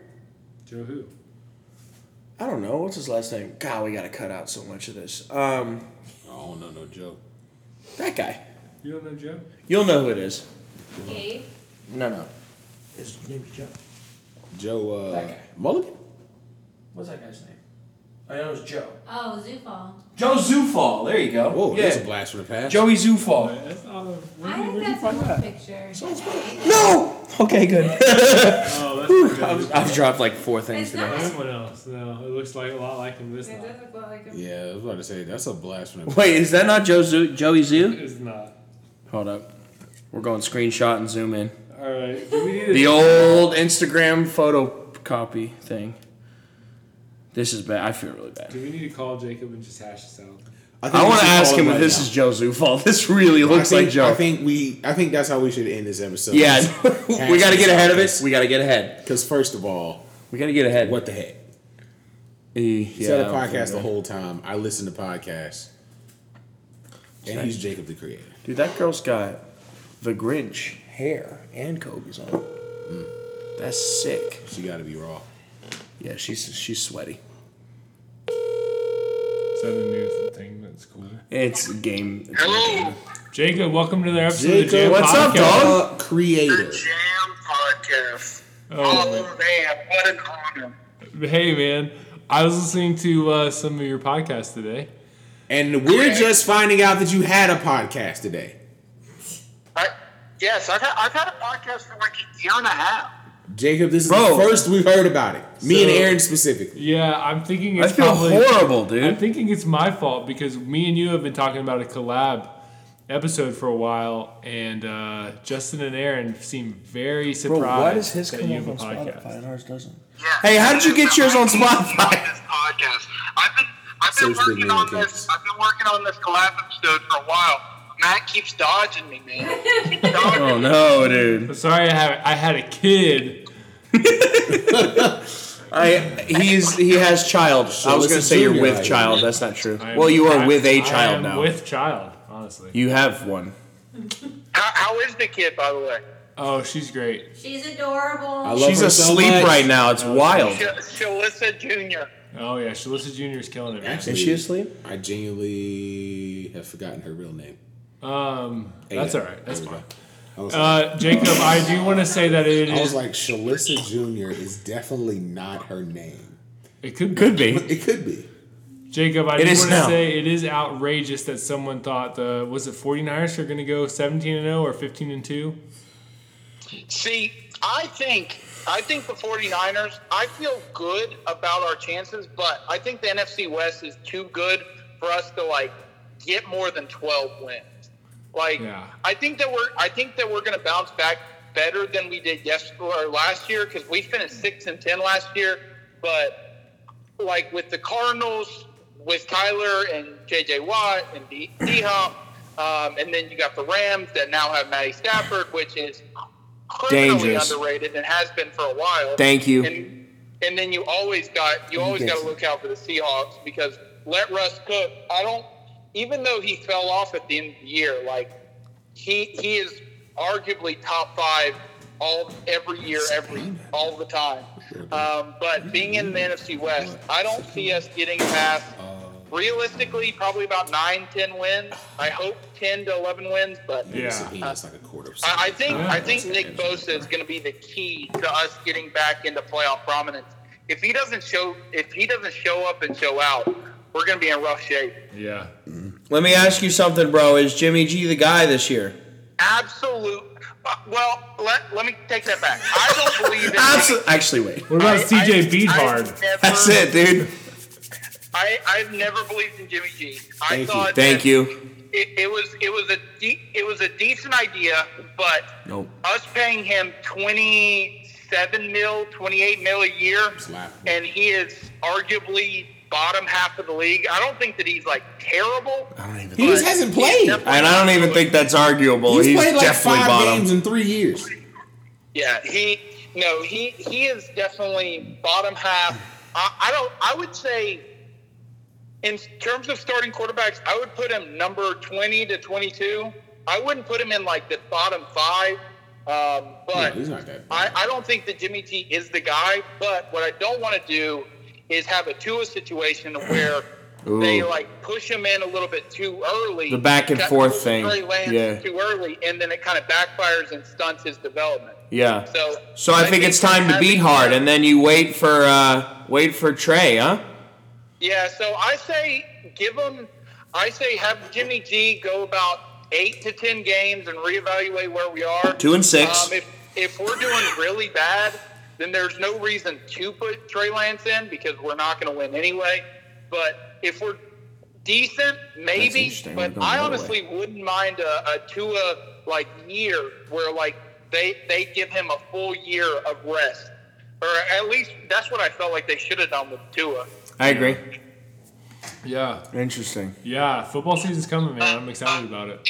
Joe who? I don't know. What's his last name? God, we gotta cut out so much of this. Um, Oh no, no joke. that guy. You don't know Joe? You'll know who it is. Gabe. No, no. His name is Joe. Joe uh, That guy. Mulligan. What's that guy's name? I know it's Joe. Oh, Zufall. Joe Zufall. There you go. Whoa, yeah. that's a blast from the past. Joey Zufall. That's not a- where I did- think where'd you that's find a cool that? picture. No. Okay, good. Oh, that's not good. I've, I've dropped like four things It's not- today. That's someone else. No, it looks like a lot like him. but It's It not. doesn't look like a Yeah, I was about to say that's a blast from the Wait, is that not Joe Zoo, Joey Zoo? It's not. Hold up. We're going screenshot and zoom in. All right. Do we need a- The old Instagram photocopy thing. This is bad. I feel really bad. Do we need to call Jacob and just hash this out? think I we want to should ask call him if right this now. is Joe Zufall. This really I looks think, like Joe. I think we. I think that's how we should end this episode. yeah, we got to get ahead of it. We got to get ahead. Because first of all, We got to get ahead. what the heck? E- He's yeah, had a I don't podcast the think- whole time. I listen to podcasts, and he's Jacob the Creator. Dude, that girl's got the Grinch hair and Kobe's on. Hmm. That's sick. She got to be raw. Yeah, she's she's sweaty. Is that a new thing that's cool? It's a game. It's A game. Jacob, welcome to the episode of the Jam what's up, Podcast. dog? Uh, creator. Jam Podcast. Oh, man. man, what an honor. Hey, man. I was listening to uh, some of your podcasts today. And we're just finding out that you had a podcast today. I, yes, I've had, I've had a podcast for like a year and a half. Jacob, this is Bro. the first we've heard about it. Me and So- Aaron specifically. Yeah, I'm thinking I it's feel probably, horrible, I'm dude. thinking it's my fault because me and you have been talking about a collab episode for a while, and uh, Justin and Aaron seem very surprised that you have a podcast. and ours doesn't? Hey, how did you get yours on Spotify? This podcast. I've been I've So been it's been working on really this. I've been working on this collab episode for a while. Matt keeps dodging me, man. Keeps dodging Oh no, dude. I'm sorry, I have I had a kid. I he's he has child. I was it's gonna a say you're junior with idol. child. That's not true. I am- well, you are I- with a I child am now. With child, honestly. you have one. How, how is the kid, by the way? Oh, she's great. She's adorable. I love She's her so asleep much. right now. It's wild. Sh- Shalissa Junior. Oh yeah, Shalissa Junior is killing it. man. Actually, Is she asleep? I genuinely have forgotten her real name. Um, that's all right. That's There we fine. go. I was, like, Uh, Jacob, I do want to say that it I was is. like, Shalissa Jr. is definitely not her name. It could be. Could be. It could be. Jacob, I It do is want to now. say it is outrageous that someone thought the was it 49ers are going to go 17 and 0 or 15 and 2. See, I think I think the 49ers, I feel good about our chances, but I think the NFC West is too good for us to like get more than 12 wins. Like Yeah. I think that we're I think that we're going to bounce back better than we did yesterday or last year cuz we finished 6 and 10 last year, but like with the Cardinals with Tyler and JJ Watt and D Hop um, and then you got the Rams that now have Matty Stafford, which is criminally Dangerous. underrated and has been for a while. Thank you. And, and then you always got you always got to look out for the Seahawks because let Russ cook. I don't even though he fell off at the end of the year, like he he is arguably top five all every year, every all the time. Um, but being in the NFC West, I don't see us getting past realistically probably about nine, ten wins. I hope ten to eleven wins, but Yeah. It's like a quarter. of a I, I think I think Nick Bosa is going to be the key to us getting back into playoff prominence. If he doesn't show, if he doesn't show up and show out, we're going to be in rough shape. Yeah. Let me ask you something, bro. Is Jimmy G the guy this year? Absolute. Uh, well, let, let me take that back. I don't believe in. Absolutely. Actually, wait. What about I- CJ I- I've Beathard? never- That's it, dude. I, I've never believed in Jimmy G. I Thank you. thought Thank that you. It, it was it was a de- it was a decent idea, but Nope. us paying him twenty seven mil, twenty eight mil a year, laughable. and he is arguably bottom half of the league. I don't think that he's like terrible. I don't even. He just hasn't played. And I don't even think that's arguable. He's, Oh, He's, played like definitely five bottom. games in three years. Yeah, he no, he he is definitely bottom half. I, I don't. I would say, in terms of starting quarterbacks, I would put him number twenty to twenty-two. I wouldn't put him in like the bottom five. Um, No, but he's not that. I, bad. I don't think that Jimmy T is the guy, but what I don't want to do is have a Tua situation where They Ooh. like push him in a little bit too early. The back and Got- forth push thing. Trey Lance Yeah. Too early, and then it kind of backfires and stunts his development. Yeah. So, So I think it's time to beat hard, and then you wait for uh, wait for Trey, huh? Yeah, so I say give him. I say have Jimmy G go about eight to ten games and reevaluate where we are. Two and six. Um, if if we're doing really bad, then there's no reason to put Trey Lance in because we're not going to win anyway. But if we're decent, That's maybe. interesting. We're But going I the other honestly wouldn't mind a, a Tua like year where like they they give him a full year of rest, or at least that's what I felt like they should have done with Tua. I agree. Yeah, Interesting. yeah. Football season's coming, man. I'm excited about it.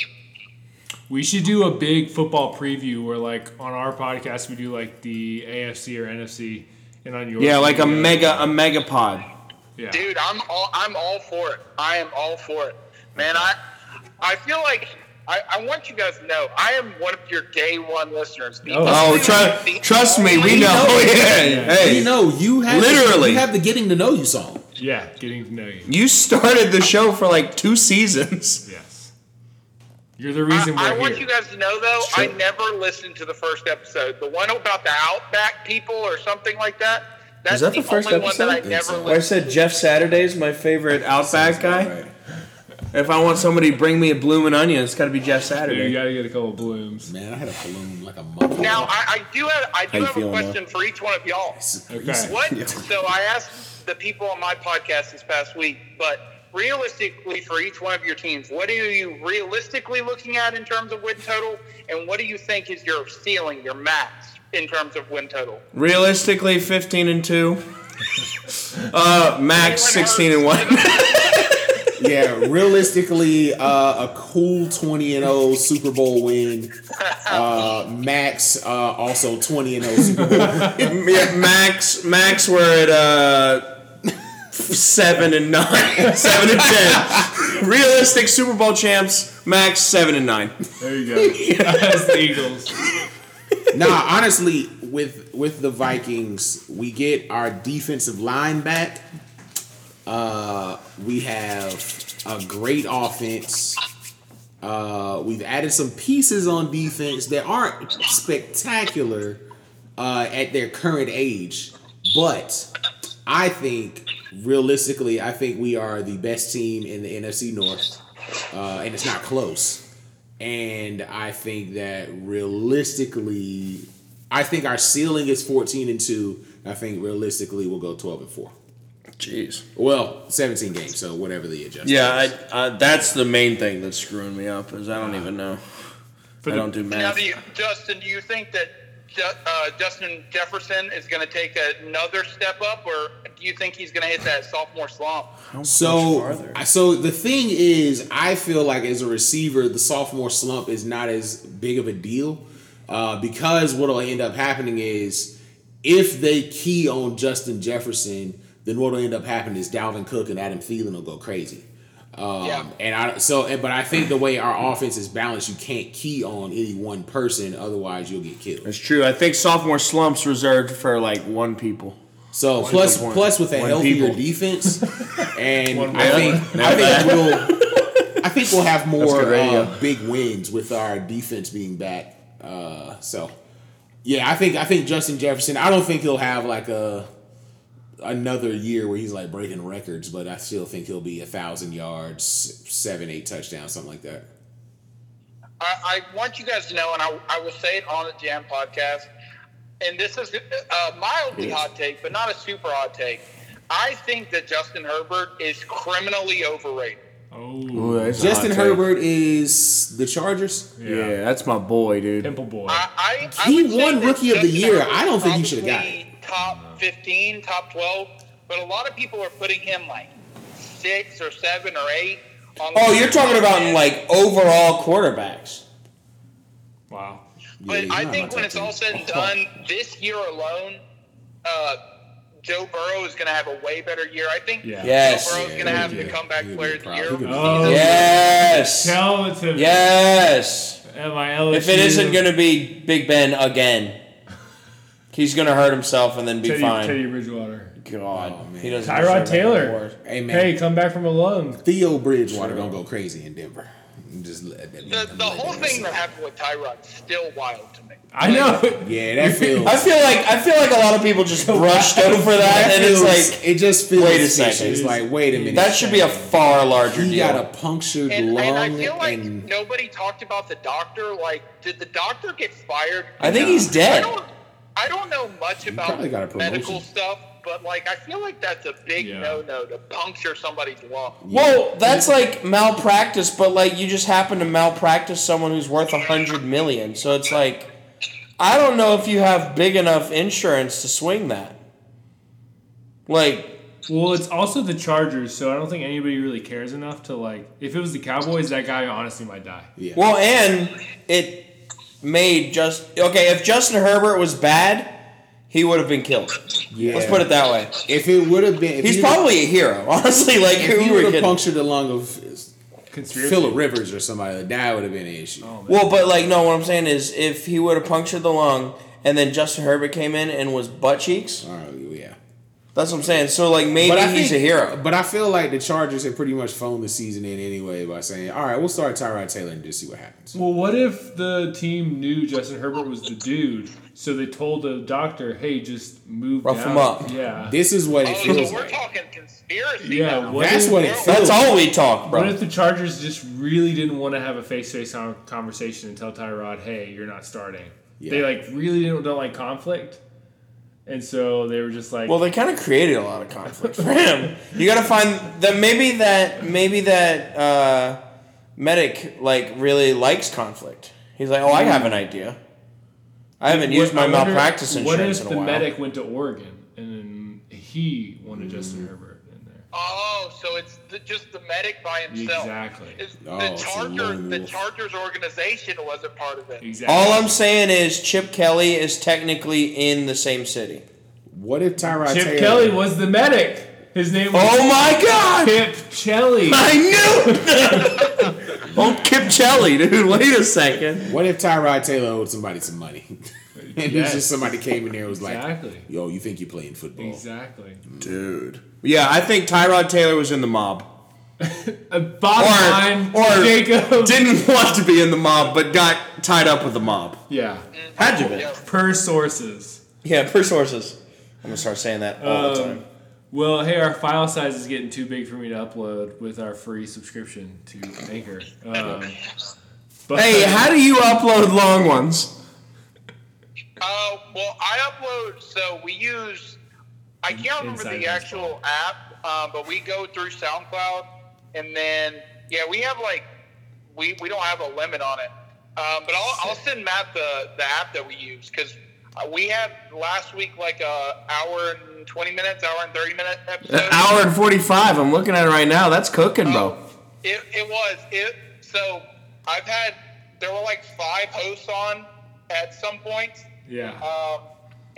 We should do a big football preview where, like, on our podcast, we do like the AFC or NFC, and on yours, Yeah, like a we do- uh, mega a mega pod. Yeah, Dude, I'm all I'm all for it. I am all for it, man. I I feel like I, I want you guys to know I am one of your day one listeners. The Oh. Oh, only- tru- the trust me, only- we know. Yeah. You Hey, know, you have Literally. you have the getting to know you song. yeah. Getting to know you. you started the show for like two seasons. Yes, you're the I, reason I we're want here. you guys to know though, It's I true. never listened to the first episode. The one about the Outback people or something like that. That's that the first only episode? one that I Think never Well, I listened. said Jeff Saturday's my favorite Outback guy. Right. If I want somebody to bring me a bloomin' onion, it's got to be Jeff Dude, you Saturday. gotta get a couple of blooms. Man, I had a balloon like a monkey. Now I, I do have I How do you have a feeling, Noah? question for each one of y'all. Okay. What? So I asked the people on my podcast this past week, but realistically, for each one of your teams, what are you realistically looking at in terms of win total, and what do you think is your ceiling, your max in terms of win total? Realistically, fifteen and two. Uh, max sixteen and one. yeah, realistically, uh, a cool twenty and zero Super Bowl win. Uh, Max uh, also twenty and zero Super Bowl. Yeah, Max, Max, we're at uh, seven and nine, seven and ten. Realistic Super Bowl champs, Max seven and nine. There you go. That's the Eagles. nah, honestly, with with the Vikings, we get our defensive line back. Uh, we have a great offense. Uh, we've added some pieces on defense that aren't spectacular uh, at their current age, but I think realistically, I think we are the best team in the NFC North, uh, and it's not close. And I think that realistically, I think our ceiling is 14 and 2. I think realistically, we'll go 12 and 4. Jeez. Well, 17 games, so whatever the adjustment Yeah, is. I, I, that's the main thing that's screwing me up is I don't even know. For I the, don't do Now, math. do you, Justin, do you think that Ju- uh, Justin Jefferson is going to take another step up, or do you think he's going to hit that sophomore slump? So, so the thing is, I feel like as a receiver, the sophomore slump is not as big of a deal uh, because what'll end up happening is if they key on Justin Jefferson, then what'll end up happening is Dalvin Cook and Adam Thielen will go crazy. Um, Yeah. And I so, and- but I think the way our offense is balanced, you can't key on any one person, otherwise you'll get killed. It's true. I think sophomore slumps reserved for like one people. So plus good point. plus with a One healthier people. defense, and One I way. think Not I think we'll I think we'll have good more radio. uh, big wins with our defense being back. Uh, so yeah, I think I think Justin Jefferson. I don't think he'll have like a another year where he's like breaking records, but I still think he'll be a thousand yards, seven eight touchdowns, something like that. I, I want you guys to know, and I, I will say it on the Jam podcast, and this is a mildly hot take, but not a super hot take. I think that Justin Herbert is criminally overrated. oh, Justin Herbert is the Chargers. Yeah. that's my boy, dude. Pimple Boy. I, I, He I would say won that Rookie of the Justin Year. Herbert's I don't think he should've probably got it. Top 15, top 12, but a lot of people are putting him like six or seven or eight. On Oh, the- you're talking about in like overall quarterbacks. Wow. But Yeah, I you're think not when my it's top all team. said and done, this year alone, uh, Joe Burrow is going to have a way better year. I think Yeah. Yes. Joe Burrow's going to Yeah, have he the could. comeback He could player be of the proud. year. He could be Oh. Yes. Tell it to me. Yes. Am I LSU? If it isn't going to be Big Ben again, he's going to hurt himself and then be Teddy, fine. Teddy Bridgewater. God, Oh, man. he doesn't. Tyrod deserve that Taylor. award. Hey, man. Hey, come back from a loan. Theo Bridgewater gonna go crazy in Denver. Just let that, The, the whole thing that happened with Tyrod's still wild to me. I know. Yeah, that feels. I feel like I feel like a lot of people just brushed over that, and it's feels- like it just feels. wait a fishy. second. It's like wait a minute. that should be a far larger He deal. got a punctured And, lung and I feel like and nobody talked about the doctor. Like, did the doctor get fired? I think he's I dead. don't, I don't know much about probably got a promotion. medical stuff, but like, I feel like that's a big Yeah. no-no to puncture somebody's lung. Well, that's like malpractice, but like you just happen to malpractice someone who's worth a hundred million. So it's like I don't know if you have big enough insurance to swing that. Like Well, it's also the Chargers, so I don't think anybody really cares enough to like. If it was the Cowboys, that guy honestly might die. yeah. Well, and it made just okay. If Justin Herbert was bad, he would have been killed. yeah. Let's put it that way. If it would have been, if He's he would've- probably a hero, honestly. Like If he would who were have kidding? punctured the lung of Conspiracy. Philip Rivers or somebody, that would have been an issue. Oh, man. Well, but like no, what I'm saying is, if he would have punctured the lung, and then Justin Herbert came in and was butt cheeks, All right, yeah. that's what I'm saying. So like maybe But I he's think- a hero. But I feel like the Chargers had pretty much phoned the season in anyway by saying, "All right, we'll start Tyrod Taylor and just see what happens." Well, what if the team knew Justin Herbert was the dude, so they told the doctor, "Hey, just move Rough down. him up. Yeah. This is what Oh, it feels so we're like. talking conspiracy. Yeah, now. what That's if- what it feels. That's like. all we talk, What bro. if the Chargers just really didn't want to have a face-to-face con- conversation and tell Tyrod, "Hey, you're not starting"? They Yeah. like really didn't, don't like conflict, and so they were just like, Well, they kind of created a lot of conflict for him. You got to find that maybe that maybe that uh, medic like really likes conflict. He's like, oh, I have an idea. I haven't used my I wonder malpractice insurance What if in a the while. medic went to Oregon and then he wanted Justin Herbert in there? Oh, so it's the, just the medic by himself. Exactly. It's Oh, the it's a Chargers. lone The wolf. Chargers organization wasn't part of it. Exactly. All I'm saying is Chip Kelly is technically in the same city. What if Tyrod Chip Taylor? Kelly was the medic. His name was Oh my God! Chip Kelly. I knew. it! oh, Kip Kelly, dude. Wait a second. What if Tyrod Taylor owed somebody some money? and it's Yes. just somebody came in there and was Exactly. like, "Yo, you think you're playing Oh. football?" Exactly. Dude. Yeah, I think Tyrod Taylor was in the mob. Uh, bottom line, or, or Jacob. didn't want to be in the mob, but got tied up with the mob. yeah. Had to be. Yeah. Per sources. Yeah, per sources. I'm gonna start saying that all the time. Well, hey, our file size is getting too big for me to upload with our free subscription to Anchor. Um, but Hey, how do you upload long ones? Uh, well, I upload. So we use. I can't remember Inside the actual app, um, but we go through SoundCloud, and then yeah, we have like we, we don't have a limit on it. Um, but I'll, I'll send Matt the, the app that we use because we had last week like a hour and twenty minutes, hour and thirty minute episode. An hour and forty-five. I'm looking at it right now. That's cooking, bro. It, it was it. So I've had there were like five hosts on at some point. yeah, Um,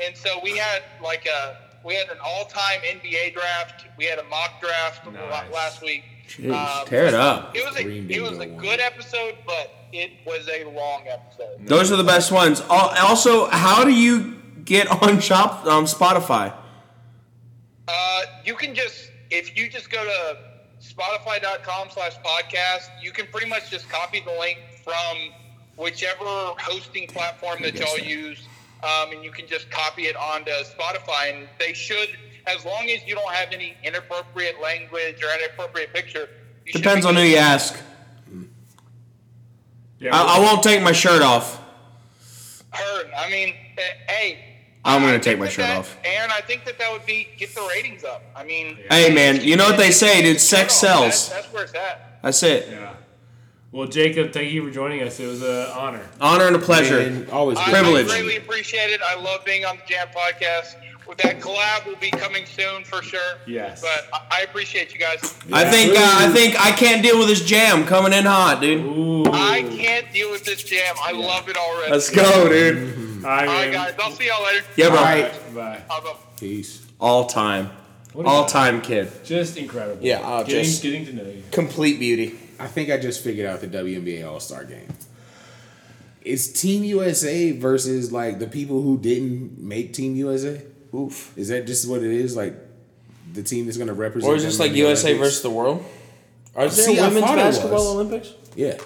and so we had like a we had an all-time NBA draft. We had a mock draft la- Nice. last week. Jeez, Um, tear it up. It was a Green it Bay was a don't good episode, but it was a long episode. Those are the best ones. Al- Also, how do you get on shop on Spotify? Uh, you can just if you just go to spotify.com slash podcast you can pretty much just copy the link from whichever hosting platform that y'all use um, and you can just copy it onto spotify and they should as long as you don't have any inappropriate language or inappropriate picture you should Depends be on who good. you ask. yeah. I, I won't take my shirt off. Heard. I mean, eh, hey. I'm gonna I think take my that shirt that- off. Aaron, I think that that would be get the ratings up. I mean, Hey, man, you know what they say, dude, sex Shut up. sells. That's, that's where it's at. That's it. yeah. Well, Jacob, thank you for joining us. It was an honor. Honor and a pleasure. And always I, good. Privilege. I greatly appreciate it. I love being on the Jam Podcast. With That collab will be coming soon for sure. Yes. But I, I appreciate you guys. I think uh, I think I can't deal with this jam coming in hot, dude. Ooh. I can't deal with this jam. I love it already. go, dude. Hi, All right, man. guys. I'll see y'all later. Yeah, All bro. right, Bye. Bye-bye. peace. All time, What a all guy. time kid. Just incredible. Yeah, I'll getting, just- getting to know you. Complete beauty. I think I just figured out the WNBA All Star game. It's Team USA versus like the people who didn't make Team USA. Oof. Is that just what it is? Like the team that's going to represent. Or is this them like in the USA Olympics. versus the world? Are there See, I women's thought it basketball was. Olympics? Yeah.